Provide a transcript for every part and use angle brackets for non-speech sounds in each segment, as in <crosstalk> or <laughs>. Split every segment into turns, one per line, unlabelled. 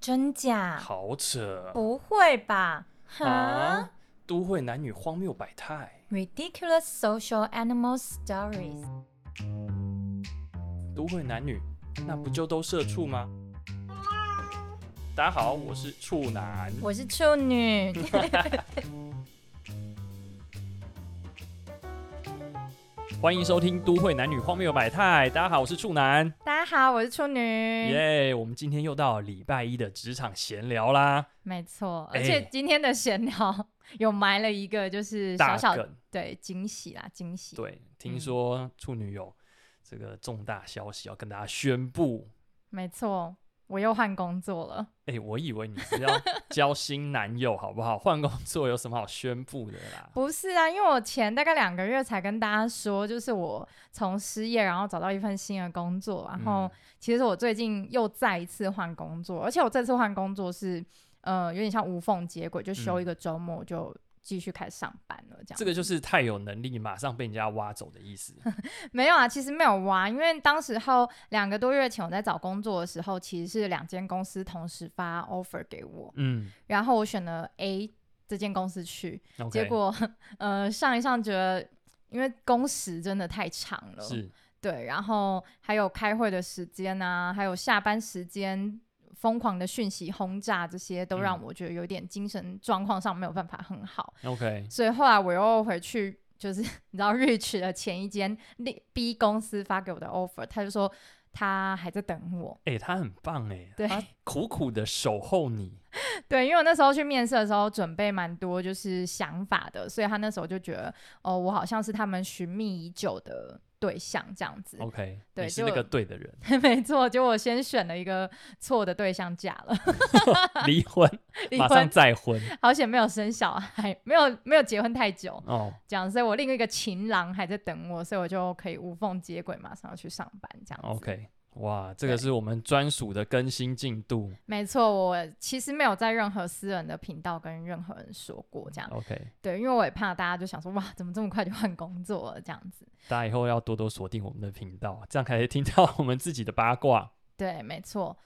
真假？
好扯
不会吧？哈、
啊！都会男女荒谬百态，
r i d i c u l o u s social animal stories。
都会男女那不就都社畜吗？大家好，我是处男。
我是处女， <laughs>
欢迎收听《都会男女荒谬百态》。大家好，我是处男。
大家好，我是处女。
耶、我们今天又到礼拜一的职场闲聊啦，
没错，
哎
而且今天的闲聊有埋了一个就是小嗯
大
小
梗。
对惊喜啦，惊喜。
对，
嗯
听说处女有这个重大消息要跟大家宣布。
没错，我又换工作了。
哎、我以为你是
<laughs>
要交新男友，好不好？换工作有什么好宣布的啦？
不是啊，因为我前大概两个月才跟大家说，就是我从失业，然后找到一份新的工作，然后
嗯
其实我最近又再一次换工作，而且我这次换工作是呃有点像无缝接轨，就休一个周末就。继续开始上班了，这样
嗯这个就是太有能力，马上被人家挖走的意
<laughs>
思。
没有啊，其实没有挖，因为当时候两个多月前我在找工作的时候，其实是两间公司同时发 offer 给我，
嗯
然后我选了 A 这间公司去，
，OK，
结果 <laughs> 呃上一上觉得，因为工时真的太长了，
是
对，然后还有开会的时间啊，还有下班时间。疯狂的讯息轰炸，这些都让
嗯
我觉得有点精神状况上没有办法很好，
OK，
所以后来我又回去，就是 <laughs> 你知道 Rich 的前一间那 B 公司发给我的 offer，他就说他还在等我，
哎、他很棒哎、
对
他苦苦的守候你，
<laughs> 对，因为我那时候去面试的时候准备蛮多就是想法的，所以他那时候就觉得，哦，我好像是他们寻觅已久的对象这样子。
OK，
对
你是那
就
个对的人，
<laughs> 没错，结果我先选了一个错的对象嫁了， <laughs>
<laughs> 离婚，
离
马上
婚，
再婚
好险没有生小孩，没有没有结婚太久， <laughs>
哦。
这样，所以我另一个情郎还在等我，所以我就可以无缝接轨，马上要去上班这样子。
OK，哇，这个
对
是我们专属的更新
<laughs>
进度。
没错，我其实没有在任何私人的频道跟任何人说过这样，
OK，
对，因为我也怕大家就想说，哇，怎么这么快就换工作了这样子。
大家以后要多多锁定我们的频道，这样可以听到我们自己的
<laughs>
八卦。
对，没错。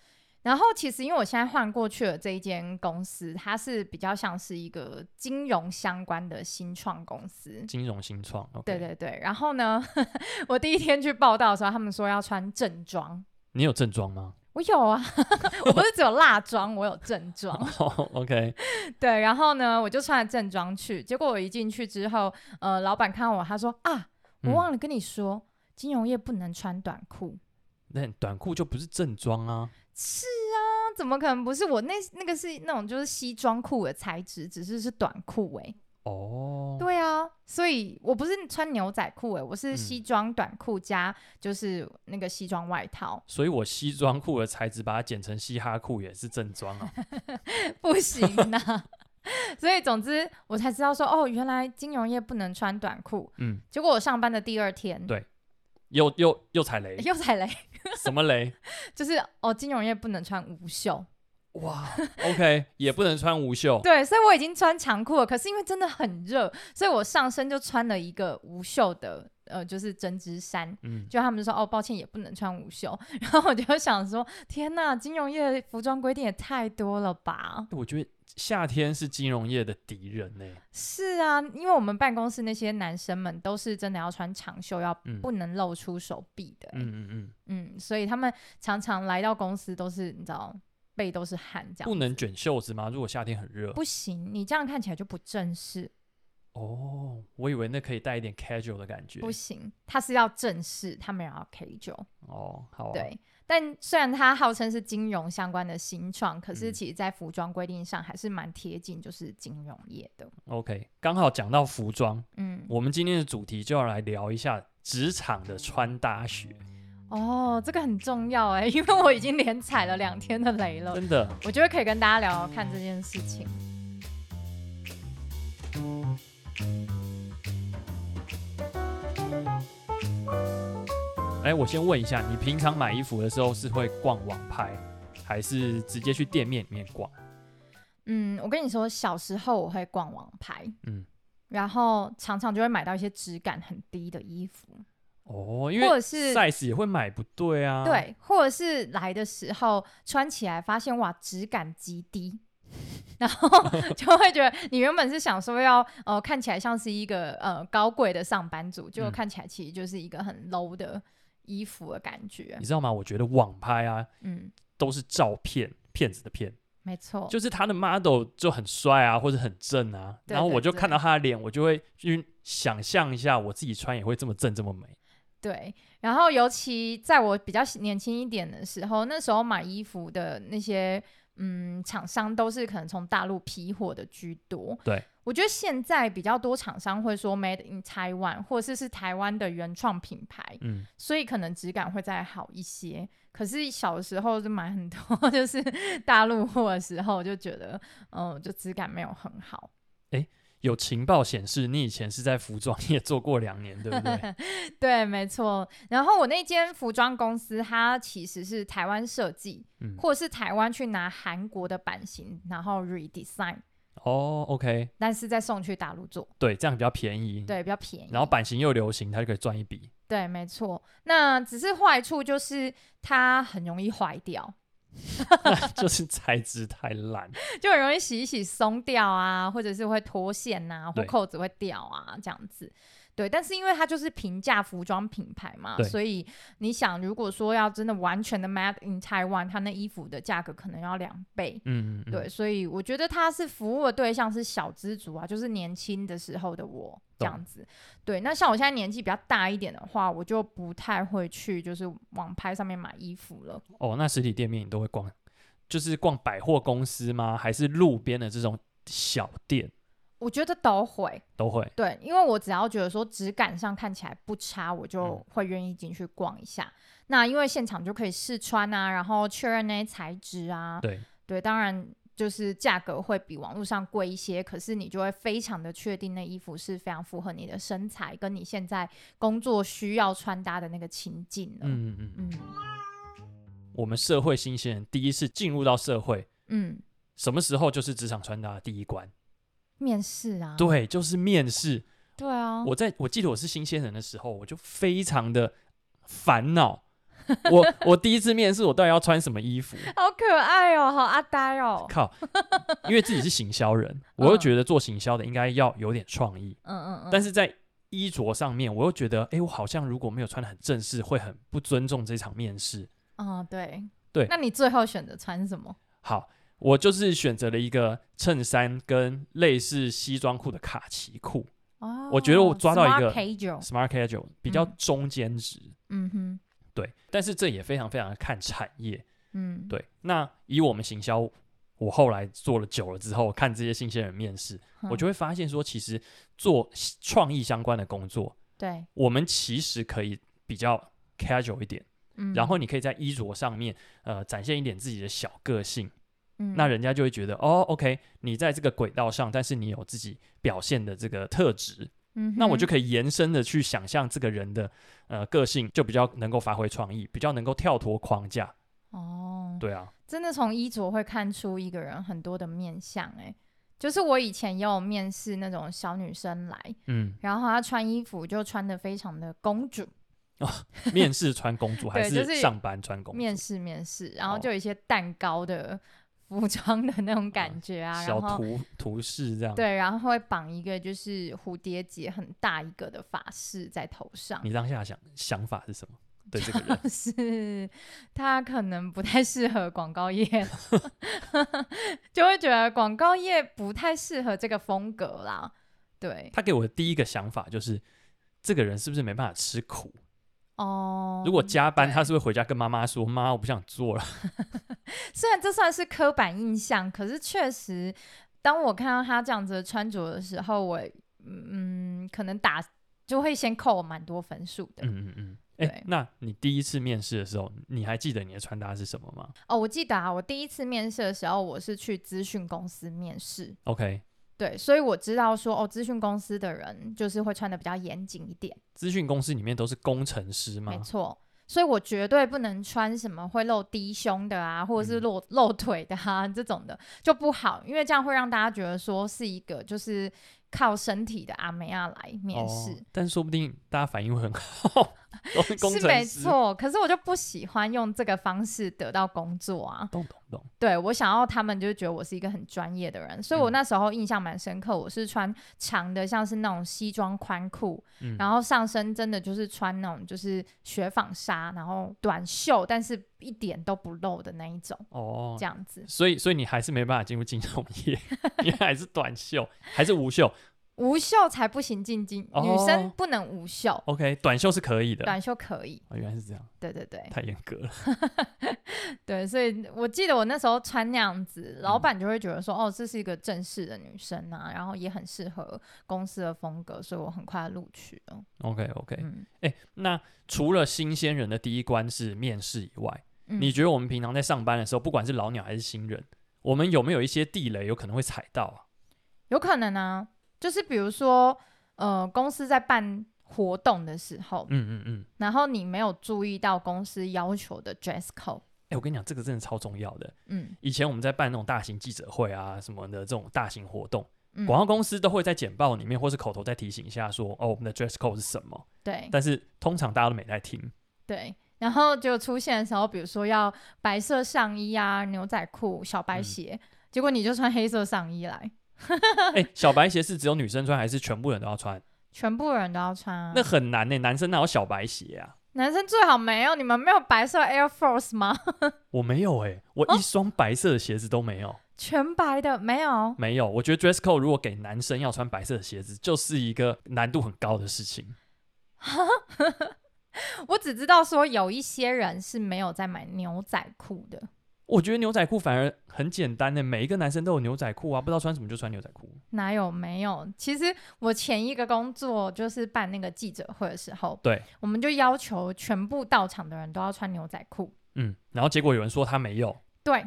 然后其实因为我现在换过去的这一间公司，它是比较像是一个金融相关的新创公司。
金融新创，OK，
对对对，然后呢， <laughs> 我第一天去报道的时候，他们说要穿正装，
你有正装吗 <laughs>
我有啊， <laughs> 我不是只有辣装，我有正装。
<laughs> 哦？OK，
对，然后呢，我就穿着正装去，结果我一进去之后，呃，老板看我，他说啊，我
嗯
忘了跟你说，金融业不能穿短裤。
那短裤就不是正装啊。
是啊，怎么可能不是？我那那个是那种就是西装裤的材质，只是是短裤哎、
哦，
对啊，所以我不是穿牛仔裤哎、我是
嗯
西装短裤加就是那个西装外套，
所以我西装裤的材质把它剪成嘻哈裤也是正装
<laughs>
啊。
不行啊。 <laughs> 所以总之我才知道说哦，原来金融业不能穿短裤。
嗯，
结果我上班的第二天，
对又又又踩雷，
<laughs> 又踩雷，
什么雷？
就是哦，金融业不能穿无袖。
哇
<laughs>
，OK，也不能穿无袖。
对，所以我已经穿长裤了，可是因为真的很热，所以我上身就穿了一个无袖的，呃，就是针织衫。
嗯，
就他们就说哦，抱歉，也不能穿无袖。 <laughs> 然后我就想说，天呐，金融业的服装规定也太多了吧？
我觉得夏天是金融业的敌人呢、
是啊，因为我们办公室那些男生们都是真的要穿长袖，要
嗯
不能露出手臂的、
嗯嗯嗯，
嗯所以他们常常来到公司都是你知道背都是汗这样。
不能卷袖子吗？如果夏天很热。
不行，你这样看起来就不正式。
哦，我以为那可以带一点 casual 的感觉。
不行，他是要正式，他们也要 K 九、
哦，好、啊。，
对。但虽然它号称是金融相关的新创，可是
嗯
其实在服装规定上还是蛮贴近，就是金融业的。
OK，刚好讲到服装，
嗯，
我们今天的主题就要来聊一下职场的穿搭学。
哦，这个很重要哎，因为我已经连踩了两天的雷了，
真的，
我觉得可以跟大家聊聊看这件事情。
哎，我先问一下，你平常买衣服的时候是会逛网拍，还是直接去店面里面逛？
嗯，我跟你说，小时候我会逛网拍，
嗯，
然后常常就会买到一些质感很低的衣服。
哦，因
或
为
者是
size 也会买不对啊。，
对，或者是来的时候穿起来发现哇质感极低， <laughs> 然
<laughs>
后就会觉得你原本是想说要呃看起来像是一个呃高贵的上班族，就
嗯
看起来其实就是一个很 low 的衣服的感觉
你。知道吗？我觉得网拍啊
嗯，
都是照片骗子的骗，
没错，
就是他的 model 就很帅啊，或者很正啊，
对
然后
对
我就
对
看到他的脸，我就会去想象一下我自己穿也会这么正这么美。
对，然后尤其在我比较年轻一点的时候，那时候买衣服的那些嗯厂商都是可能从大陆批货的居多。
对，
我觉得现在比较多厂商会说 Made in Taiwan，或者是是台湾的原创品牌，
嗯，
所以可能质感会再好一些。可是小的时候就买很多 <laughs> 就是大陆货的时候，就觉得嗯，就质感没有很好。
有情报显示你以前是在服装业做过两年，对不
<laughs>
对？
对，没错。然后我那间服装公司，它其实是台湾设计，
嗯，
或者是台湾去拿韩国的版型，然后 redesign，
哦，OK，
但是再送去大陆做，
对，这样比较便宜。，
对，比较便宜。
嗯然后版型又流行，他就可以赚一笔。
对，没错。那只是坏处就是它很容易坏掉，
<laughs> 就是材质太烂，
就很容易洗一洗松掉啊，或者是会脱线呐、或
对
扣子会掉啊，这样子。对，但是因为它就是平价服装品牌嘛，
对
所以你想，如果说要真的完全的 made in Taiwan，它那衣服的价格可能要两倍。
嗯，嗯嗯
对，所以我觉得他是服务的对象是小资族啊，就是年轻的时候的我这样子。对，那像我现在年纪比较大一点的话，我就不太会去就是网拍上面买衣服了。
哦，那实体店面你都会逛，就是逛百货公司吗？还是路边的这种小店
我觉得都会
都会？
对，因为我只要觉得说质感上看起来不差，我就
嗯
会愿意进去逛一下。那因为现场就可以试穿啊，然后确认那些材质啊，
对，
对，当然就是价格会比网络上贵一些，可是你就会非常的确定那衣服是非常符合你的身材跟你现在工作需要穿搭的那个情境了。
嗯嗯嗯。
嗯
我们社会新鲜人第一次进入到社会，
嗯，
什么时候就是职场穿搭的第一关？
面试啊，
对，就是面试。
对啊，
我在我记得我是新鲜人的时候，我就非常的烦恼。我我第一次面试，我到底要穿什么衣服？
好可爱哦，好阿呆哦，
靠，因为自己是行销人，我又觉得做行销的应该要有点创意，
嗯嗯嗯，
但是在衣着上面，我又觉得，哎，我好像如果没有穿的很正式，会很不尊重这场面试。
嗯对
对
那你最后选择穿什么？
好，我就是选择了一个衬衫跟类似西装裤的卡其裤
哦，
我觉得我抓到一个
smart casual，
（smart casual），比较
嗯
中间值。
嗯哼，
对，但是这也非常非常的看产业。
嗯，
对，那以我们行销，我后来做了久了之后，看这些新鲜人面试，
嗯，
我就会发现说，其实做创意相关的工作，
对，
我们其实可以比较 casual 一点，
嗯，
然后你可以在衣着上面，呃，展现一点自己的小个性。
嗯
那人家就会觉得哦，OK，你在这个轨道上，但是你有自己表现的这个特质，
嗯哼，
那我就可以延伸的去想象这个人的呃个性，就比较能够发挥创意，比较能够跳脱框架。
哦，
对啊，
真的从衣着会看出一个人很多的面相哎、就是我以前也有面试那种小女生来，
嗯，
然后她穿衣服就穿的非常的公主，
面试穿
<laughs>
公主还
对就是
上班穿公主？
面试面试，然后
哦嗯
就有一些蛋糕的服装的那种感觉啊，
小
然后
图图示这样。，
对，啊然后会绑一个就是蝴蝶结很大一个的发饰在头上，
你当下想想法是什么？
<laughs>
对这个人，
是他可能不太适合广告业， <laughs> 就会觉得广告业不太适合这个风格啦。对，
他给我的第一个想法就是，这个人是不是没办法吃苦？
哦，
如果加班，
对
他是会回家跟妈妈说：“妈，我不想做了。
虽然这算是刻板印象，可是确实，当我看到他这样子的穿着的时候，我嗯，可能打就会先扣我蛮多分数”的。
<laughs> 嗯嗯嗯。哎、
对
那你第一次面试的时候，你还记得你的穿搭是什么吗
哦，我记得啊，我第一次面试的时候，我是去资讯公司面试，
？OK，
对，所以我知道说哦，资讯公司的人就是会穿的比较严谨一点，
资讯公司里面都是工程师
没
吗？
错。所以我绝对不能穿什么会露低胸的啊，或者是
嗯
露 <laughs> 露腿的啊这种的就不好，因为这样会让大家觉得说是一个就是靠身体的阿梅亚来面试。
哦，但说不定大家反应会很好，都是工
是
程师，
没错，可是我就不喜欢用这个方式得到工作啊。
懂懂懂，
对我想要他们就觉得我是一个很专业的人，所以我
嗯
那时候印象蛮深刻。我是穿长的，像是那种西装宽裤，
嗯，
然后上身真的就是穿那种就是雪纺纱，然后短袖，但是一点都不露的那一种，
哦
这，样子。
所以所以你还是没办法进入金融业， <laughs> 你还是短袖，还是无袖
无袖才不行进进，
哦啊
女生不能无袖，
？OK，短袖是可以的。
短袖可以。
哦，原来是这样，
对对对
太严格了。
对，所以我记得我那时候穿那样子，老
嗯
板就会觉得说，哦，这是一个正式的女生啊，然后也很适合公司的风格，所以我很快录取了。
OK OK，哎、
嗯
那除了新鲜人的第一关是面试以外，
嗯
你觉得我们平常在上班的时候，不管是老鸟还是新人，我们有没有一些地雷有可能会踩到啊？
有可能啊，就是比如说，呃，公司在办活动的时候，
嗯嗯嗯，
然后你没有注意到公司要求的 dress code，
哎、我跟你讲，这个真的超重要的。
嗯
以前我们在办那种大型记者会啊什么的这种大型活动，
嗯，
广告公司都会在简报里面或是口头再提醒一下说，哦，我们的 dress code 是什么。
对
但是通常大家都没
<laughs>
在听。
对。然后就出现的时候，比如说要白色上衣啊、牛仔裤、小白
嗯
鞋，结果你就穿黑色上衣来，
哎、小白鞋是只有女生穿，还是全部人都要穿？
全部人都要穿啊。
那很难呢、欸男生哪有小白鞋啊？
男生最好没有，你们没有白色 Air Force 吗？ <laughs>
我没有哎、
哦
我一双白色的鞋子都没有，
全白的没有，
没有。我觉得 dress code 如果给男生要穿白色的鞋子，就是一个难度很高的事情。
我只知道说有一些人是没有在买牛仔裤的。
我觉得牛仔裤反而很简单呢、每一个男生都有牛仔裤啊，不知道穿什么就穿牛仔裤。
哪有没有？其实我前一个工作就是办那个记者会的时候，
对，
我们就要求全部到场的人都要穿牛仔裤。
嗯，然后结果有人说他没有，
对，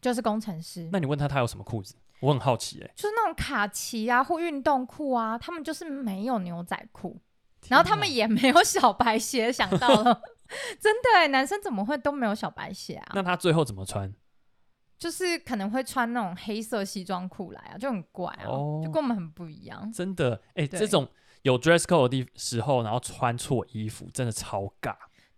就是工程师，
那你问他他有什么裤子？我很好奇哎、
就是那种卡其啊或运动裤啊，他们就是没有牛仔裤，然后他们
天
也没有小白鞋，想到了， <laughs> 真的欸男生怎么会都没有小白鞋啊？
哪那他最后怎么穿？
就是可能会穿那种黑色西装裤来啊，就很怪啊，
哦
就跟我们很不一样。
真的哎、
对
这种有 dress code 的地时候，然后穿错衣服，真的超尬。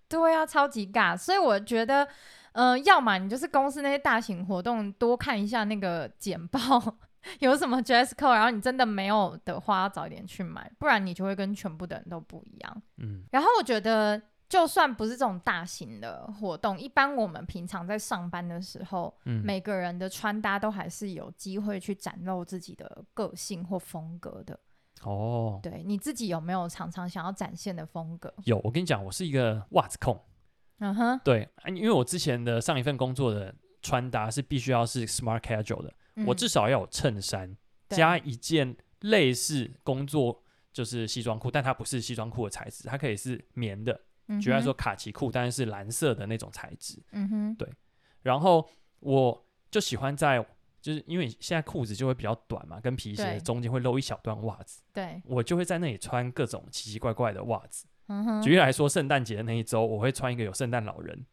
对啊，超级尬。所以我觉得，呃，要么你就是公司那些大型活动多看一下那个简报， <laughs> 有什么 dress code，然后你真的没有的话，要早一点去买，不然你就会跟全部的人都不一样。
嗯，
然后我觉得，就算不是这种大型的活动，一般我们平常在上班的时候，
嗯
每个人的穿搭都还是有机会去展露自己的个性或风格的。
哦，
对你自己有没有常常想要展现的风格？
有，我跟你讲，我是一个袜子控。
嗯哼，
对，啊因为我之前的上一份工作的穿搭是必须要是 smart casual 的，我
嗯
至少要有衬衫
对
加一件类似工作就是西装裤，但它不是西装裤的材质，它可以是棉的，举例来说，卡其裤，但是是蓝色的那种材质。
嗯哼，
然后我就喜欢在。就是因为现在裤子就会比较短嘛，跟皮鞋
对
中间会露一小段袜子，
对，
我就会在那里穿各种奇奇怪怪的袜子。
嗯哼，
举例来说，圣诞节的那一周，我会穿一个有圣诞老人，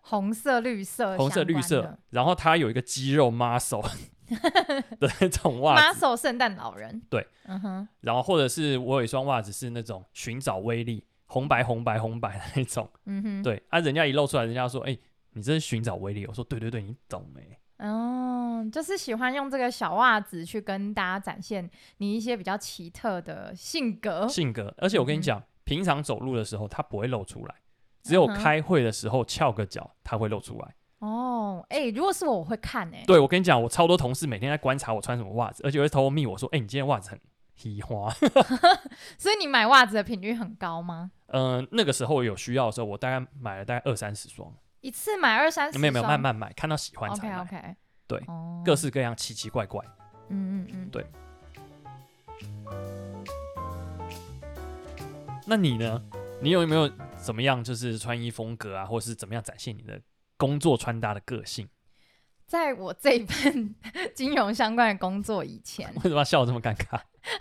红色、绿色、
红色、绿色，然后它有一个肌肉 muscle <laughs> 的那
<laughs>
种袜子，
，muscle 圣诞老人，
对，
嗯哼，
然后或者是我有一双袜子是那种寻找威力，红白红白红白的那种，
嗯哼，，
对啊，人家一露出来，人家说，哎、你这是寻找威力，我说对对对，你懂哎没、
哦，就是喜欢用这个小袜子去跟大家展现你一些比较奇特的性格，
性格，而且我跟
嗯
你
哼
讲，平常走路的时候它不会露出来，只有
嗯哼
开会的时候翘个脚它会露出来。
哦，哎、如果是我，我会看、欸，哎，
对我跟你讲，我超多同事每天在观察我穿什么袜子，而且会偷偷密我说，哎、你今天袜子很稀花。 <laughs>
所以你买袜子的频率很高吗？
嗯、那个时候有需要的时候，我大概买了大概二三十双，
一次买二三十，
没有没有，慢慢买，看到喜欢
，OK
才买
OK，
对
哦，
各式各样奇奇怪怪。
嗯嗯嗯，
那你呢？你有没有怎么样，就是穿衣风格啊，或是怎么样展现你的工作穿搭的个性？ <laughs>
在我这一份 <laughs> 金融相关的工作以
<laughs>
前，
为什么要笑得这么尴尬？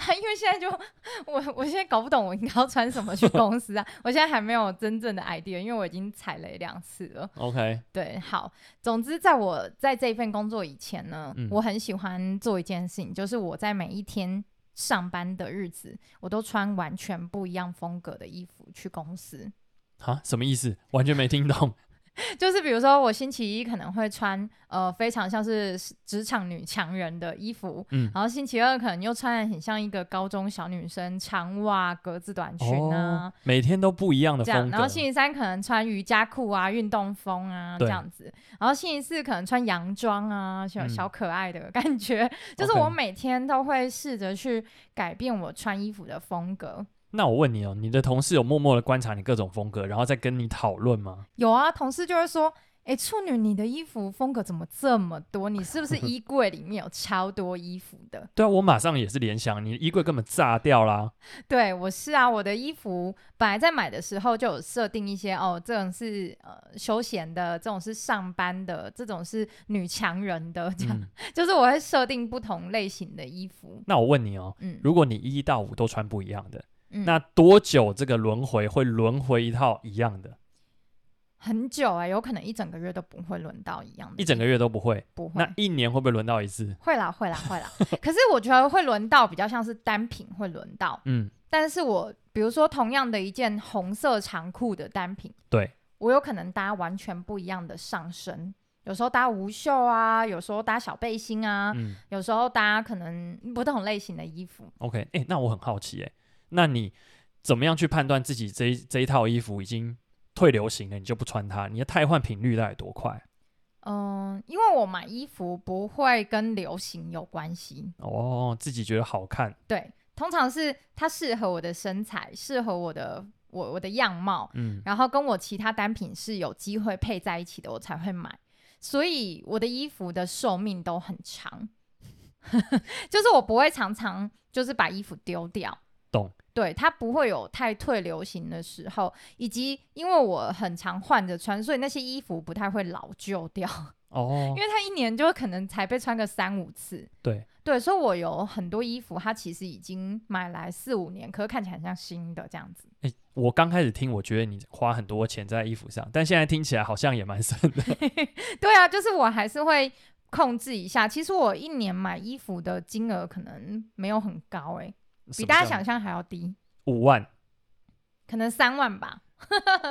<laughs> 因为现在就我我现在搞不懂我应该要穿什么去公司啊，我现在还没有真正的 idea，因为我已经踩雷两次了。
OK，
对，好，总之在我在这一份工作以前呢，
嗯
我很喜欢做一件事情，就是我在每一天上班的日子，我都穿完全不一样风格的衣服去公司。
啊，什么意思？完全没听
<laughs>
懂。
就是比如说，我星期一可能会穿呃非常像是职场女强人的衣服，
嗯
然后星期二可能又穿的很像一个高中小女生，长袜、格子短裙啊。
哦，每天都不一样的
这
风
样，
格。
然后星期三可能穿瑜伽裤啊、运动风啊这
对
样子，然后星期四可能穿洋装啊，小
嗯
小可爱的感觉。 <laughs> 就是
OK
我每天都会试着去改变我穿衣服的风格。
那我问你哦，你的同事有默默的观察你各种风格，然后再跟你讨论吗？
有啊，同事就会说：“哎、处女，你的衣服风格怎么这么多？你是不
<laughs>
是衣柜里面有超多衣服的
对啊，我马上也是联想，你的衣柜根本炸
<laughs>
掉啦。？”
对，我是啊，我的衣服本来在买的时候就有设定一些哦，这种是呃休闲的，这种是上班的，这种是女强人的， <laughs> 这样、
嗯，
就是我会设定不同类型的衣服。
那我问你哦，
嗯，
如果你一到五都穿不一样的，
嗯
那多久这个轮回会轮回一套一样的？
很久哎、有可能一整个月都不会轮到一样的，
一整个月都不会，
不会
那。一年会不会轮到一次？
会啦，会啦，会啦。可是我觉得会轮到比较像是单品会轮到，
嗯，
但是我比如说同样的一件红色长裤的单品，
对
我有可能搭完全不一样的上身，有时候搭无袖啊，有时候搭小背心啊，
嗯
有时候搭可能不同类型的衣服。
，OK，哎、那我很好奇、哎，那你怎么样去判断自己这一这一套衣服已经退流行了，你就不穿它？你的汰换频率大概多快？
嗯，因为我买衣服不会跟流行有关系，
哦，自己觉得好看，
对，通常是它适合我的身材，适合我的我我的样貌，
嗯，
然后跟我其他单品是有机会配在一起的，我才会买。所以我的衣服的寿命都很长， <laughs> 就是我不会常常就是把衣服丢掉。
懂？
对，它不会有太退流行的时候，以及因为我很常换着穿，所以那些衣服不太会老旧掉，因，
哦
为它一年就可能才被穿个三五次。
对，
对，所以我有很多衣服，它其实已经买来四五年，可是看起来很像新的这样子。
哎、我刚开始听，我觉得你花很多钱在衣服上，但现在听起来好像也蛮省
<laughs>
的。
对啊，就是我还是会控制一下。其实我一年买衣服的金额可能没有很高、欸，比大家想象还要低，<laughs>
五万
可能三万吧。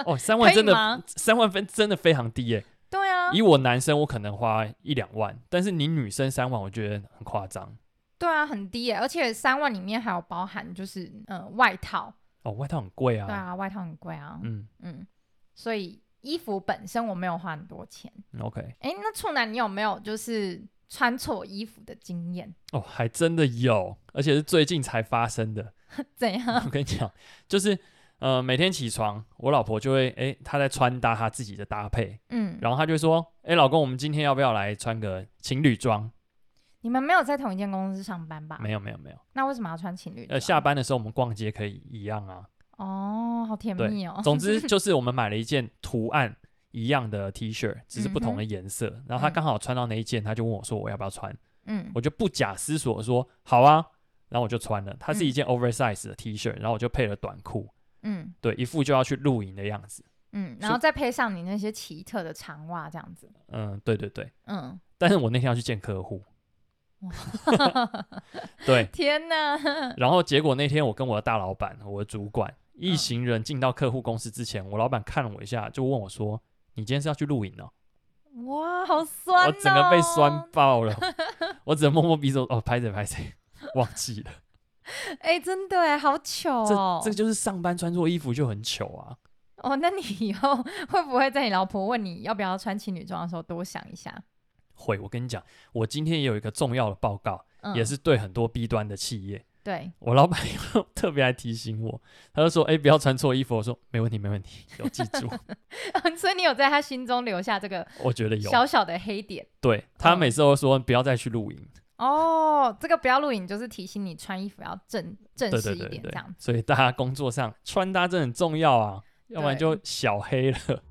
哦，三
可
万
以
真的
吗？
三万分真的非常低耶、
对啊，
以我男生，我可能花一两万，但是你女生三万，我觉得很夸张
对啊，很低、欸，而且三万里面还有包含就是呃外套，
哦，外套很贵啊。
对啊，外套很贵啊，嗯
嗯
所以衣服本身我没有花很多钱。
，OK，
哎、那处男你有没有就是穿错衣服的经验？
哦，还真的有，而且是最近才发
<laughs>
生的。
怎样？
我跟你讲，就是呃，每天起床，我老婆就会诶，她在穿搭她自己的搭配，
嗯，
然后她就会说，诶，老公，我们今天要不要来穿个情侣装？
你们没有在同一间公司上班吧？
没有，没有，没有。
那为什么要穿情侣装？
呃，下班的时候我们逛街可以一样啊。
哦，好甜
对
蜜哦。<laughs>
总之就是我们买了一件图案一样的 T 恤，只是不同的颜色。然后她
嗯
刚好穿到那一件，她就问我说我要不要穿，
嗯
我就不假思索地说好啊，然后我就穿了。它是一件 oversize 的 T 恤，然后我就配了短裤，
嗯
对，一副就要去露营的样子。
嗯，
是
然后再配上你那些奇特的长袜这样子，
嗯，对对对。
嗯，
但是我那天要去见客户，对，
天哪，
然后结果那天我跟我的大老板、我的主管
嗯
一行人进到客户公司之前，我老板看了我一下，就问我说：“你今天是要去露营哦？”
哇，好酸、哦，
我整个被
哦
酸。爆了，我只能摸摸鼻子，哦，拍谁拍谁，忘记了。
哎、真的哎，好糗哦。
这这就是上班穿错衣服就很糗啊。
哦，那你以后会不会在你老婆问你要不要穿情侣装的时候多想一下？
会，我跟你讲，我今天也有一个重要的报告，
嗯，
也是对很多 B 端的企业，
对， <laughs>
我老板又特别来提醒我，他就说：“哎、不要穿错衣服。”我说：“没问题，没问题，有记 <laughs> 住。
所以你有在他心中留下这个”
我觉得有，
小小的黑点
对他
嗯
每次都说不要再去露营，
哦。这个不要录影，就是提醒你穿衣服要正正
对
式
对
一
对
点，这
对
样，
所以大家工作上穿搭真的很重要啊，要不然
对
就小黑了。 <laughs>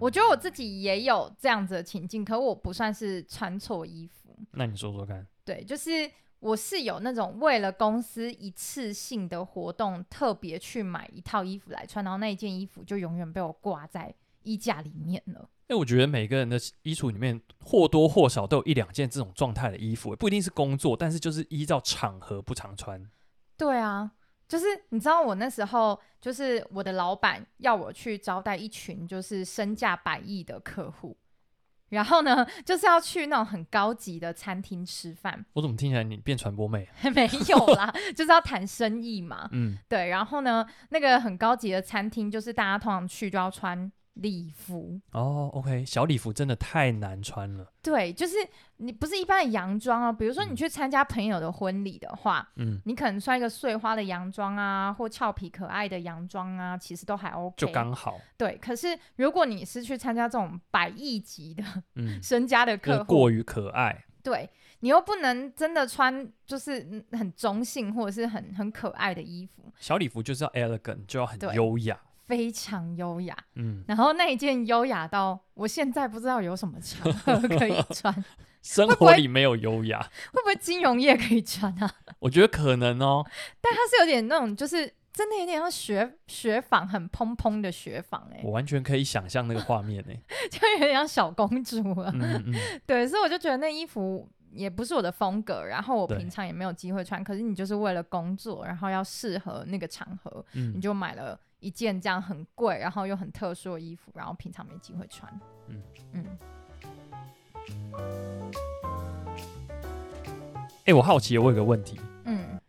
我觉得我自己也有这样子的情境，可我不算是穿错衣服，
那你说说看，
对，就是我是有那种为了公司一次性的活动特别去买一套衣服来穿，然后那一件衣服就永远被我挂在衣架里面了。
哎，我觉得每个人的衣橱里面或多或少都有一两件这种状态的衣服，不一定是工作，但是就是依照场合不常穿。
对啊，就是你知道我那时候，就是我的老板要我去招待一群就是身价百亿的客户，然后呢，就是要去那种很高级的餐厅吃饭， <laughs>
我怎么听起来你变传播妹、啊？
没有啦， <laughs> 就是要谈生意嘛。
嗯，
对，然后呢，那个很高级的餐厅，就是大家通常去就要穿礼服，
哦，OK，小礼服真的太难穿了。
对，就是你不是一般的洋装哦，比如说你
嗯
去参加朋友的婚礼的话，
嗯，
你可能穿一个碎花的洋装啊，或俏皮可爱的洋装啊，其实都还 OK。
就刚好，
对，可是如果你是去参加这种百亿级的 <laughs>
嗯，
身家的
就是
客户，
过于可爱。
对你又不能真的穿就是嗯很中性或者是很很可爱的衣服，
小礼服就是要 elegant，就要很
对
优雅。
非常优雅。
嗯，
然后那一件优雅到我现在不知道有什么场合可以穿， <laughs> 会
生
会不
活
会
里没有优雅，
不会金融业可以穿啊？
我觉得可能哦。
但 <laughs> 它是有点那种就是。真的有点像雪雪纺，很蓬蓬的雪纺、欸，
我完全可以想象那个画面
<laughs>
呢。
就有点像小公主了。
嗯嗯，
对，所以我就觉得那衣服也不是我的风格，然后我
对
平常也没有机会穿。可是你就是为了工作，然后要适合那个场合，
嗯
你就买了一件这样很贵，然后又很特殊的衣服，然后平常没机会穿。
嗯
嗯，
哎、我好奇，我有个问题，
嗯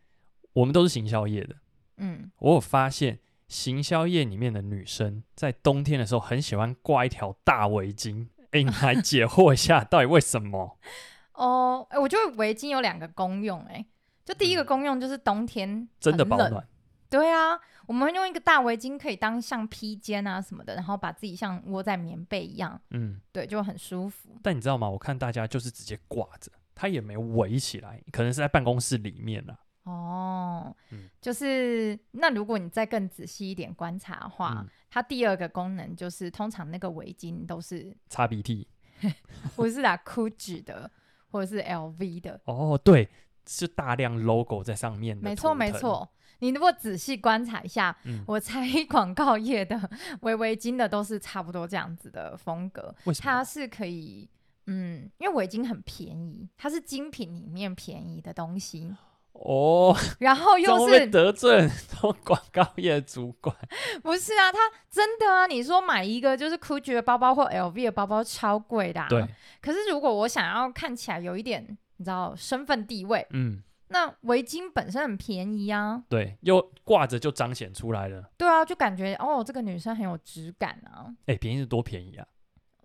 我们都是行销业的，
嗯，
我有发现行销业里面的女生在冬天的时候很喜欢挂一条大围巾。哎、你来解惑一下，到底为
<laughs>
什么？
哦，哎、我觉得围巾有两个功用、哎，就第一个功用就是冬天
嗯真的
很
保
冷
暖，
对啊，我们用一个大围巾可以当像披肩啊什么的，然后把自己像窝在棉被一样，
嗯，
对，就很舒服。
但你知道吗？我看大家就是直接挂着，她也没围起来，可能是在办公室里面啊啦。
哦，
嗯
就是那如果你再更仔细一点观察的话，
嗯
它第二个功能就是，通常那个围巾都是 <laughs>
擦鼻涕。
不是打 Gucci 的或者是 LV 的，
哦，对，是大量 logo 在上面的。
没错没。错。你如果仔细观察一下，
嗯
我猜广告业的围围巾的都是差不多这样子的风格，
为什
它
么？
是可以。嗯，因为围巾很便宜，它是精品里面便宜的东
<laughs>
西，
哦，
然后
这会
又
不会
是
得罪很多广告业主管？
不是啊，它真的啊！你说买一个就是 Gucci 的包包或 LV 的包包超贵的、啊，
对。，
可是如果我想要看起来有一点，你知道身份地位，
嗯，
那围巾本身很便宜啊，
对，又挂着就彰显出来了。
对啊，就感觉哦，这个女生很有质感啊。
哎、便宜是多便宜啊，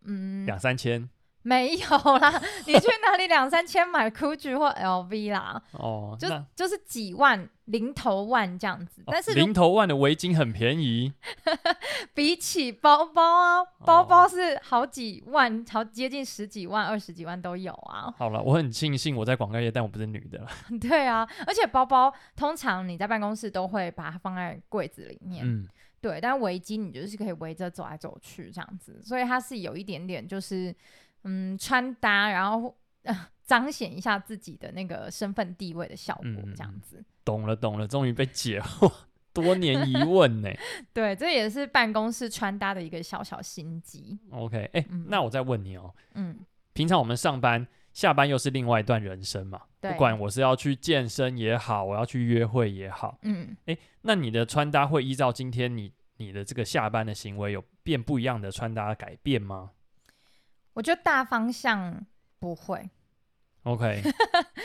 嗯，
两三千
没有啦，你去哪里两三千买 Gucci
<laughs>
或 LV 啦？
哦，
就
那
就是几万零头万这样子，但是
哦、
如
零头万的围巾很便宜，
比起包包
哦
啊，包包是好几万，好接近十几万、二十几万都有啊。 <laughs>
好了，我很庆幸我在广告业，但我不是女的啦。
对啊，而且包包通常你在办公室都会把它放在柜子里面，
嗯，
对。但围巾你就是可以围着走来走去这样子，所以它是有一点点就是嗯穿搭，然后、呃、彰显一下自己的那个身份地位的效果
嗯嗯嗯
这样子。
懂了懂了，终于被解惑，多年疑问呢、
对，这也是办公室穿搭的一个小小心机。
OK，哎、
嗯
那我再问你哦，
嗯，
平常我们上班下班又是另外一段人生嘛，
对
不管我是要去健身也好，我要去约会也好，
嗯，
那你的穿搭会依照今天你你的这个下班的行为有变不一样的穿搭改变吗
我觉得大方向不会。 <laughs>
？OK，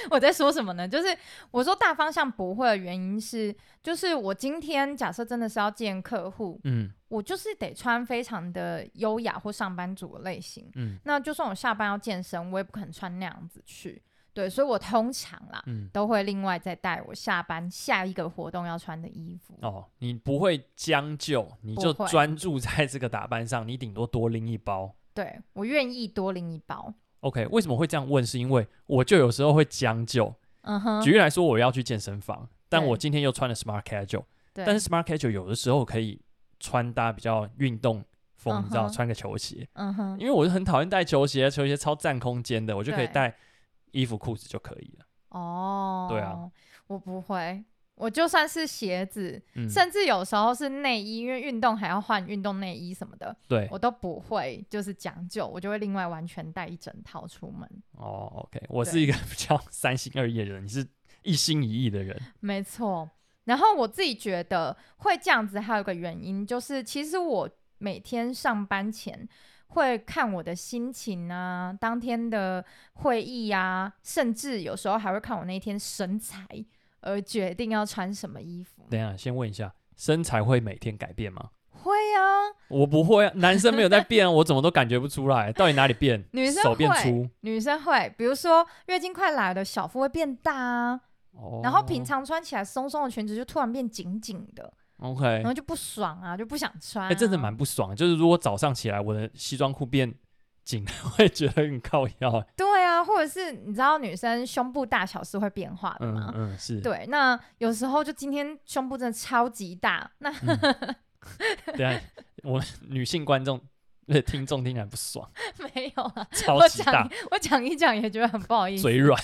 我在说什么呢？就是我说大方向不会的原因是，就是我今天假设真的是要见客户，
嗯
我就是得穿非常的优雅或上班族的类型。
嗯
那就算我下班要健身，我也不可能穿那样子去。对，所以我通常啦
嗯，
都会另外再带我下班下一个活动要穿的衣服。
哦，你不会将就，你
不
就
会
专注在这个打扮上，你顶多多拎一包。
对我愿意多拎一包。
OK，为什么会这样问？是因为我就有时候会将就。
嗯哼，
举例来说，我要去健身房，但
对
我今天又穿了 smart casual，
对，
但是 smart casual 有的时候可以穿搭比较运动风，你知
嗯
道，
哼
穿个球鞋，
嗯哼，
因为我是很讨厌戴球鞋，球鞋超占空间的，我就可以
对
带衣服裤子就可以了。
哦，
对啊，
我不会，我就算是鞋子，
嗯，
甚至有时候是内衣，因为运动还要换运动内衣什么的，
对，
我都不会就是讲究，我就会另外完全带一整套出门。
哦，OK，我
对
是一个 <laughs> 比较三心二意的人，你是一心一意的人，
没错。然后我自己觉得会这样子，还有一个原因就是，其实我每天上班前会看我的心情啊，当天的会议啊，甚至有时候还会看我那天身材，而决定要穿什么衣服。
等一下，先问一下，身材会每天改变吗？
会啊，
我不会、啊，男生没有在变啊，我怎么都感觉不出来，到底哪里变？
女生
手变
会
粗，
女生会，比如说月经快来了，小腹会变大啊，
哦，
然后平常穿起来松松的裙子就突然变紧紧的，
OK，
然后就不爽啊，就不想穿、
哎、
啊。
真的蛮不爽的，就是如果早上起来我的西装裤变紧，会觉得很靠腰欸。
对啊，或者是你知道女生胸部大小是会变化的 <laughs>
嗯
吗？
嗯，是。
对，那有时候就今天胸部真的超级大，那 <laughs>
对啊，我们女性观众。对听众听起来不爽，
没有 <laughs> 啊，
超
我
级大
讲，我讲一讲也觉得很不好意思。
嘴软，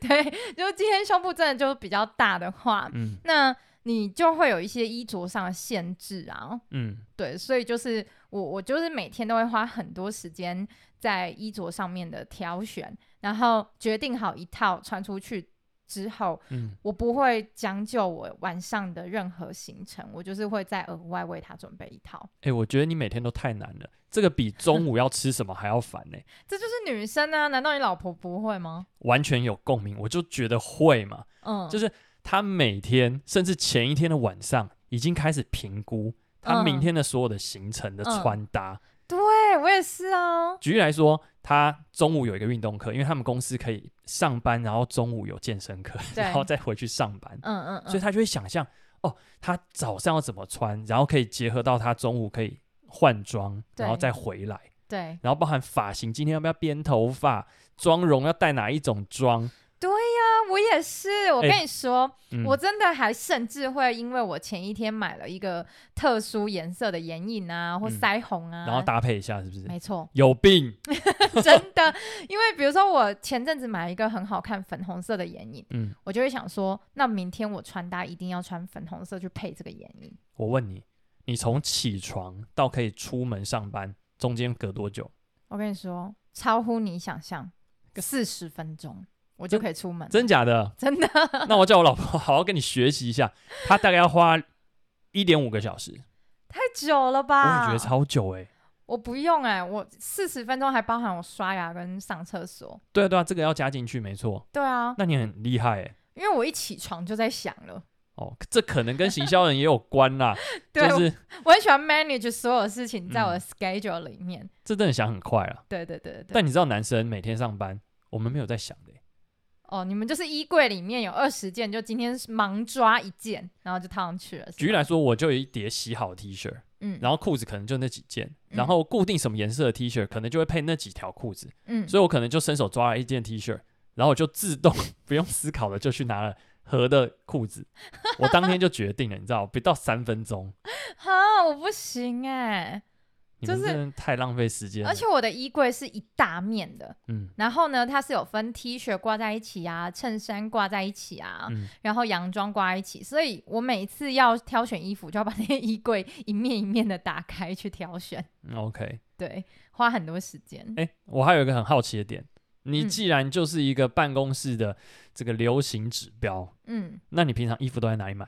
对，就是今天胸部真的就比较大的话，
嗯
那你就会有一些衣着上的限制啊。
嗯，
对，所以就是我我就是每天都会花很多时间在衣着上面的挑选，然后决定好一套穿出去之后，
嗯，
我不会将就我晚上的任何行程，我就是会在额外为他准备一套。
哎、我觉得你每天都太难了，这个比中午要吃什么还要烦呢、
这就是女生啊，难道你老婆不会吗？
完全有共鸣，我就觉得会嘛，
嗯，
就是她每天甚至前一天的晚上已经开始评估她明
嗯
天的所有的行程的
嗯
穿搭，
对我也是啊，
举例来说，他中午有一个运动课，因为他们公司可以上班，然后中午有健身课，
对
然后再回去上班，
嗯嗯
所以
嗯，
他就会想象哦，他早上要怎么穿，然后可以结合到他中午可以换装，
对
然后再回来，
对
然后包含发型，今天要不要编头发，妆容要带哪一种妆，
啊，我也是。我
哎
跟你说，
嗯，
我真的还甚至会因为我前一天买了一个特殊颜色的眼影啊，或
嗯
腮红啊，
然后搭配一下，是不是？
没错， <laughs>
有病，
真的，因为比如说我前阵子买一个很好看粉红色的眼影，
嗯，
我就会想说，那明天我穿搭一定要穿粉红色去配这个眼影。
我问你，你从起床到可以出门上班，中间隔多久？
我跟你说，超乎你想象，四十分钟我就可以出门了，
真假
<laughs>
的？
真
<laughs>
的
那我叫我老婆好好跟你学习一下，她大概要花一点五个小时，
太久了
我
吧？
也觉得超久哎、
我不用哎、我四十分钟还包含我刷牙跟上厕所。
对啊对啊，这个要加进去没错。
对啊，
那你很厉害哎、
因为我一起床就在想了，
哦，这可能跟行销人也有
<laughs>
关啦，
对、
就是
我，我很喜欢 manage 所有事情在我的
嗯
schedule 里面。
这真的想很快啊。
对对对对。
但你知道男生每天上班，我们没有在想的欸、
哦，你们就是衣柜里面有二十件，就今天是忙抓一件，然后就套上去了。是
举例
吗
来，说，我就有一叠洗好的 T 恤，
嗯，
然后裤子可能就那几件，
嗯
然后固定什么颜色的 T 恤，可能就会配那几条裤子，
嗯，
所以我可能就伸手抓了一件 T 恤，然后我就自动 <laughs> 不用思考的就去拿了合的
<laughs>
裤子，我当天就决定了，你知道，不到三分钟，
哈，我不行哎、
你们
就是
真的太浪费时间了。
而且我的衣柜是一大面的，
嗯
然后呢，它是有分 T 恤挂在一起啊，衬衫挂在一起啊，
嗯，
然后洋装挂在一起，所以我每次要挑选衣服，就要把那些衣柜一面一面的打开去挑选，
嗯，OK，
对，花很多时间。
哎、我还有一个很好奇的点，你
嗯
既然就是一个办公室的这个流行指标，
嗯，
那你平常衣服都在哪里买？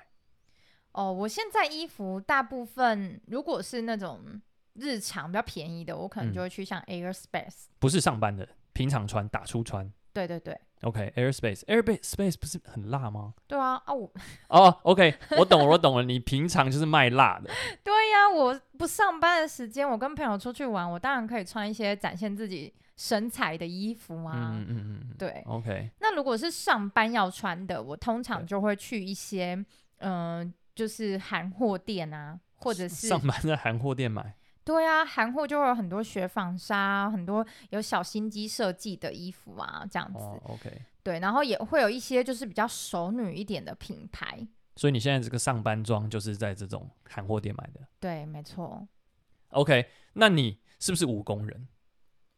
哦，我现在衣服大部分如果是那种日常比较便宜的，我可能
嗯
就会去像 Airspace。
不是上班的，平常穿，打出穿。
对对对，
OK，Airspace，Airspace、Space 不是很辣吗？
对啊啊我，
哦、o k 我懂了，我懂了，你平常就是卖辣的。
<laughs> 对呀、我不上班的时间，我跟朋友出去玩，我当然可以穿一些展现自己身材的衣服啊。
嗯嗯嗯嗯嗯
对，
，OK，
那如果是上班要穿的，我通常
对
就会去一些嗯、呃就是韩货店啊，或者是
上班在韩货店买。
对啊，韩货就会有很多雪纺纱，很多有小心机设计的衣服啊，这样子。
哦，OK。
对，然后也会有一些就是比较熟女一点的品牌。
所以你现在这个上班装就是在这种韩货店买的。
对，没错。
OK，那你是不是务工人？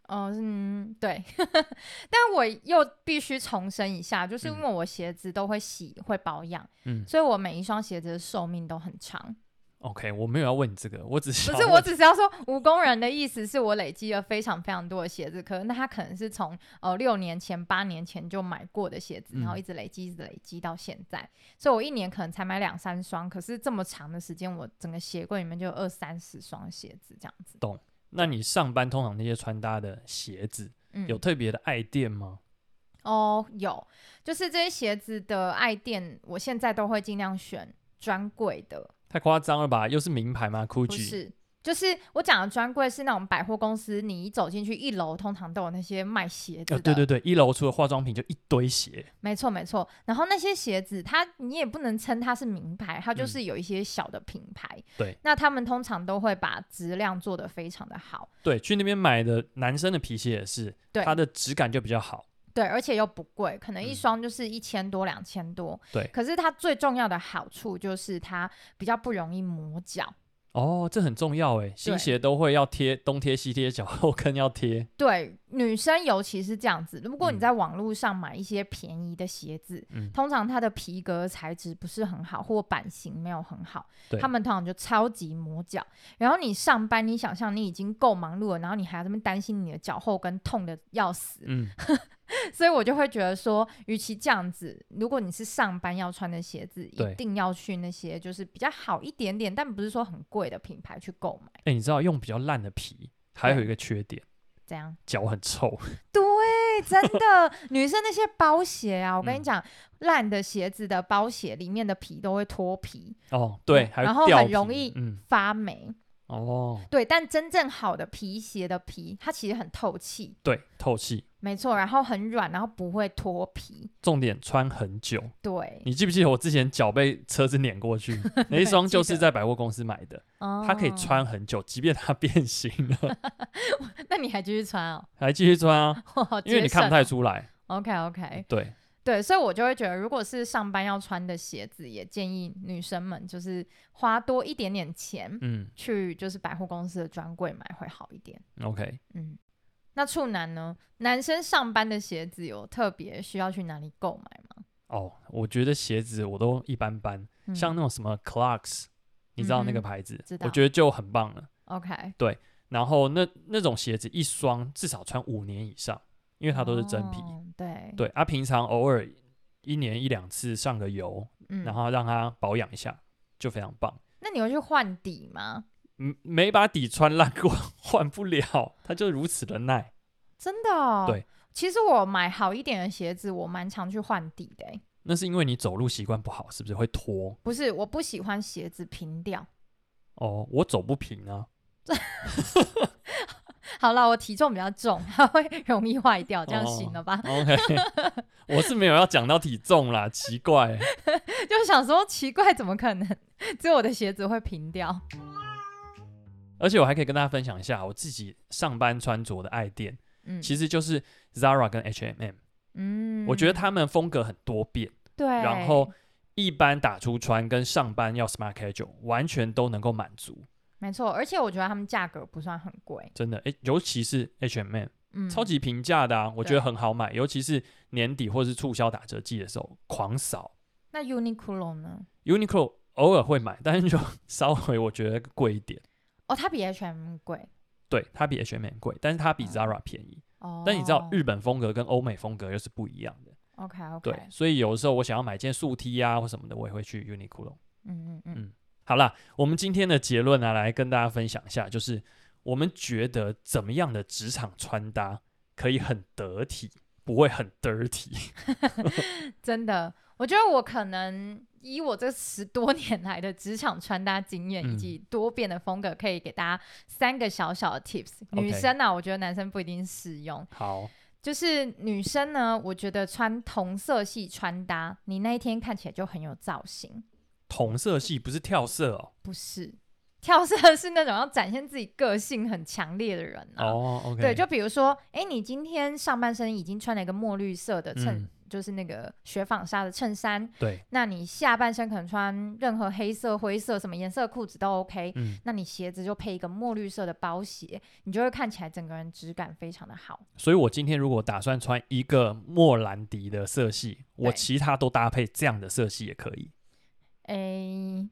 哦，嗯，对， <laughs> 但我又必须重申一下，就是因为我鞋子都会洗、会保养，
嗯
所以我每一双鞋子的寿命都很长。
OK，我没有要问你这个，我只
<laughs>
是
不
想
是，
问
我只是要说，务工人的意思是我累积了非常非常多的鞋子，可能那他可能是从呃六年前、八年前就买过的鞋子，
嗯
然后一直累积、一直累积到现在，所以我一年可能才买两三双，可是这么长的时间，我整个鞋柜里面就有二三十双鞋子这样子。
那你上班通常那些穿搭的鞋子
嗯，
有特别的爱店吗？
哦，有，就是这些鞋子的爱店，我现在都会尽量选专柜的，
太夸张了吧？又是名牌吗
不
？Gucci 哦
是。就是我讲的专柜是那种百货公司，你一走进去，一楼通常都有那些卖鞋子的，
哦，对对对，一楼除了化妆品就一堆鞋，
没错没错。然后那些鞋子，它你也不能称它是名牌，它就
嗯
是有一些小的品牌。
对，
那他们通常都会把质量做得非常的好，
对，去那边买的男生的皮鞋也是，
对
它的质感就比较好，
对，而且又不贵，可能一
嗯
双就是一千多、两千多。
对
可是它最重要的好处就是它比较不容易磨脚。
哦，这很重要哎，新鞋都会要贴东贴西贴，脚后跟要
<laughs>
贴，
对，女生尤其是这样子。如果你
嗯
在网络上买一些便宜的鞋子，
嗯
通常它的皮革材质不是很好，或版型没有很好，
对
他们通常就超级磨脚。然后你上班，你想象你已经够忙碌了，然后你还要这么担心你的脚后跟痛的要死，
嗯，
<laughs> 所以我就会觉得说，与其这样子，如果你是上班要穿的鞋子，一
对
定要去那些就是比较好一点点，但不是说很贵的品牌去购买，
哎，你知道用比较烂的皮，还有一个缺点，
这样。
脚很
<laughs>
臭，
对，真
<laughs>
的，女生那些包鞋啊，我跟你
嗯
讲，烂的鞋子的包鞋里面的皮都会脱皮、
哦，对，还
嗯然
有
后
掉
很
皮
容易
嗯，
发霉。
哦，
对，但真正好的皮鞋的皮，它其实很透气，
对，透气，
没错，然后很软，然后不会脱皮。
重点穿很久。
对，
你记不记得我之前脚被车子碾
<laughs>
过去，那一双
记得哦
就是在百货公司买的，它
它
可以。穿很久，即便它变形了，
那你还继续穿哦？ <laughs>
还继续穿啊，
我好
因为你看不太出来。
OK OK，
对，
对，所以我就会觉得，如果是上班要穿的鞋子，也建议女生们就是花多一点点钱。
嗯
去就是百货公司的专柜买会好一点。
，OK，
嗯，那处男呢？男生上班的鞋子有特别需要去哪里购买吗？
哦，我觉得鞋子我都一般般，
嗯、
像那种什么 Clarks，你知道那个
嗯哼
牌子
知，道
我觉得就很棒了。
OK，
然后那那种鞋子一双至少穿五年以上，因为它都是真皮。
哦对，
对，啊，平常偶尔一年一两次上个油，
嗯
然后让它保养一下，就非常棒。
那你会去换底吗？
嗯，没把底穿烂过， <laughs> 换不了，它就如此的耐。
真的、哦？
对。
其实我买好一点的鞋子，我蛮常去换底的欸、
那是因为你走路习惯不好，是不是会拖？
不是，我不喜欢鞋子平掉。
哦，我走不平啊。
好了，我体重比较重，它会容易坏掉，这样行
哦
了吧？ <laughs>
OK，我是没有要讲到体重啦， <laughs> 奇怪。
就想说奇怪，怎么可能？只有我的鞋子会平掉。
而且我还可以跟大家分享一下我自己上班穿着的爱店，
嗯
其实就是 Zara 跟 H&M，、
嗯
我觉得他们风格很多变，
对，
然后一般打出穿跟上班要 smart casual 完全都能够满足，
没错，而且我觉得他们价格不算很贵，
真的。诶，尤其是 H&M，
嗯，
超级平价的啊，我觉得
对
很好买，尤其是年底或是促销打折季的时候狂扫。
那 Uniqlo 呢？
Uniqlo 偶尔会买，但是就 <laughs> 稍微我觉得贵一点。
哦，它比 H&M 贵
对，它比 H&M 贵，但是它比
哦
Zara 便宜。
哦。
但你知道日本风格跟欧美风格又是不一样的，
OK OK，
对，所以有的时候我想要买件素 T 啊或什么的，我也会去 Uniqlo。
嗯嗯嗯，
嗯好啦，我们今天的结论呢、啊来跟大家分享一下，就是我们觉得怎么样的职场穿搭可以很得体，不会很 dirty。 <laughs>
真的，我觉得我可能以我这十多年来的职场穿搭经验
嗯
以及多变的风格，可以给大家三个小小的 tips。
OK
女生啊，我觉得男生不一定适用，
好，
就是女生呢，我觉得穿同色系穿搭，你那一天看起来就很有造型，
同色系不是跳色哦。
不是。跳色是那种要展现自己个性很强烈的人啊。
哦，OK，
对，就比如说，哎、你今天上半身已经穿了一个墨绿色的衬，
嗯
就是那个雪纺纱的衬衫，
对，
那你下半身可能穿任何黑色、灰色什么颜色的裤子都 OK，、
嗯，
那你鞋子就配一个墨绿色的包鞋，你就会看起来整个人质感非常的好。
所以我今天如果打算穿一个莫兰迪的色系，我
对
其他都搭配这样的色系也可以，
哎、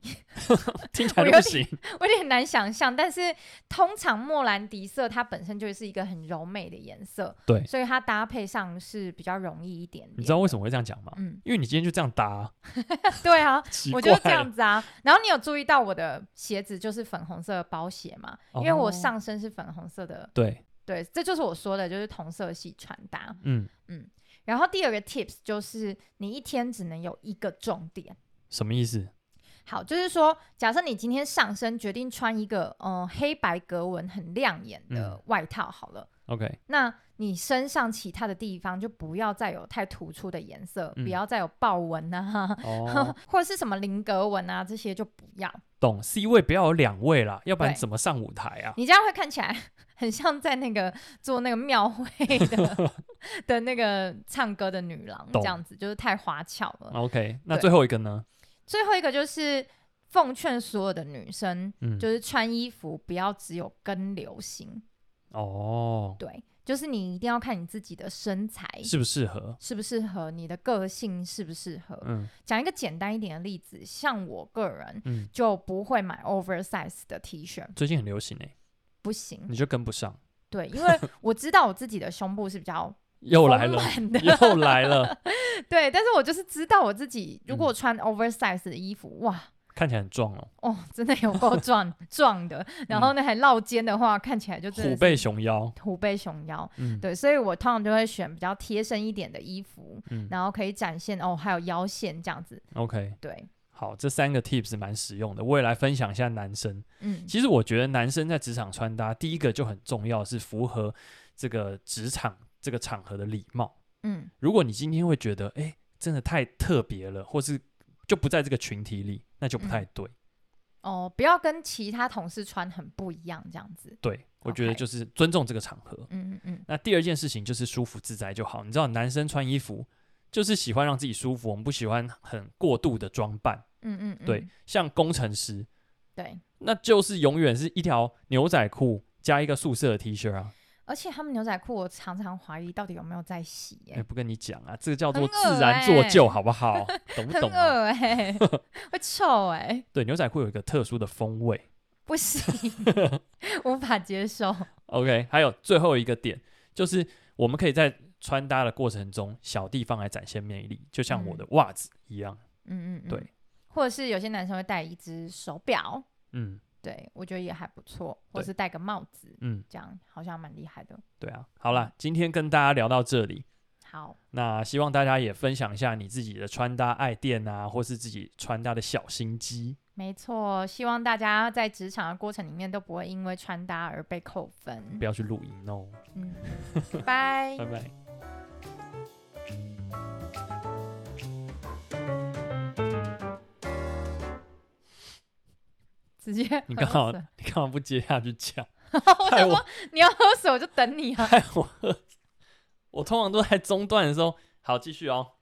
听起来
<laughs> 我
就
有
不行。
<laughs> 我有点难想象，但是通常莫兰迪色它本身就是一个很柔美的颜色，
对
所以它搭配上是比较容易一点点。 <laughs>
你知道为什
么？
么会这样讲吗？
嗯， <laughs>
因为你今天就这样搭啊，
对啊，
奇
我
怪
就
了，
这样子啊。然后你有注意到我的鞋子就是粉红色的包鞋嘛？因为我
哦
上身是粉红色的，
<laughs> 对，
对，这就是我说的，就是同色系穿搭。
嗯，
然后第二个 tips 就是你一天只能有一个重点。
什么意思？
好，就是说，假设你今天上身决定穿一个嗯、呃黑白格纹很亮眼的
嗯
外套，好了。 <laughs>
OK，
那你身上其他的地方就不要再有太突出的颜色，
嗯
不要再有豹纹啊，
哦，
<laughs> 或者是什么菱格纹啊，这些就不要。
懂 C 位不要有两位啦，要不然
对
怎么上舞台啊？
你这样会看起来很像在那个做那个庙会的
<laughs>
的那个唱歌的女郎，这
懂嗯
样子就是太花俏了。
OK，那
对
最后一个呢？
最后一个就是奉劝所有的女生，
嗯，
就是穿衣服不要只有跟流行，
哦，
对，就是你一定要看你自己的身材。
适不适合？
适不适合你的个性适不适合？
嗯
讲一个简单一点的例子，像我个人
嗯，
就不会买 oversize 的 T 恤，
最近很流行诶，
不行。
你就跟不上，
对，因为我知道我自己的胸部是比较
又来
丰
了，
满的，
又来了，
对，但是我就是知道我自己，如
嗯
果我穿 oversize 的衣服，哇，
看起来很壮哦，
哦，真的有够 <laughs> 壮壮的，然后呢还落肩的话，看起来就真的
嗯虎
是
背熊腰，
虎背熊腰。
嗯
对，所以我通常就会选比较贴身一点的衣服，
嗯
然后可以展现哦，还有腰线这样子。
，OK，
对，
好，这三个 tips 蛮实用的，我也来分享一下男生。
嗯，
其实我觉得男生在职场穿搭，第一个就很重要，是符合这个职场这个场合的礼貌。
嗯，
如果你今天会觉得，哎、真的太特别了，或是就不在这个群体里，那就不
嗯
太对。
哦，不要跟其他同事穿很不一样这样子。
对，我觉得
OK
就是尊重这个场合。
嗯嗯嗯，
那第二件事情就是舒服自在就好。你知道，男生穿衣服就是喜欢让自己舒服，我们不喜欢很过度的装扮。
嗯嗯嗯，
对，像工程师，
对，
那就是永远是一条牛仔裤加一个素色的 T 恤啊。
而且他们牛仔裤，我常常怀疑到底有没有在洗、耶 <laughs>
哎、不跟你讲啊，这个叫做
很恶
自然做旧，
欸
好
<laughs>
不好？懂不
很
懂、啊？
恶
<laughs>
哎、会臭哎、
对，牛仔裤有一个特殊的风味。
不
<laughs>
行，无法接受。
OK，还有最后一个点，就是我们可以在穿搭的过程中，小地方来展现魅力，就像我的袜子一样。
嗯嗯嗯，
对。
或者是有些男生会戴一只手表，
嗯
对我觉得也还不错，或
对
是戴个帽子，
嗯，
这样好像蛮厉害的。
对啊。好
嗯
啦，今天跟大家聊到这里，
好，
那希望大家也分享一下你自己的穿搭爱店啊，或是自己穿搭的小心机。
没错，希望大家在职场的过程里面都不会因为穿搭而被扣
不呃
分。
要去露营哦，
嗯，拜
拜。
<laughs>
拜。
直接
你干
喝
嘛
水？
你干嘛不接下去
<laughs>
讲？
我
害
想
我
说你要喝水，我就等你啊。
害我喝，我通常都在中段的时候，好，继续哦。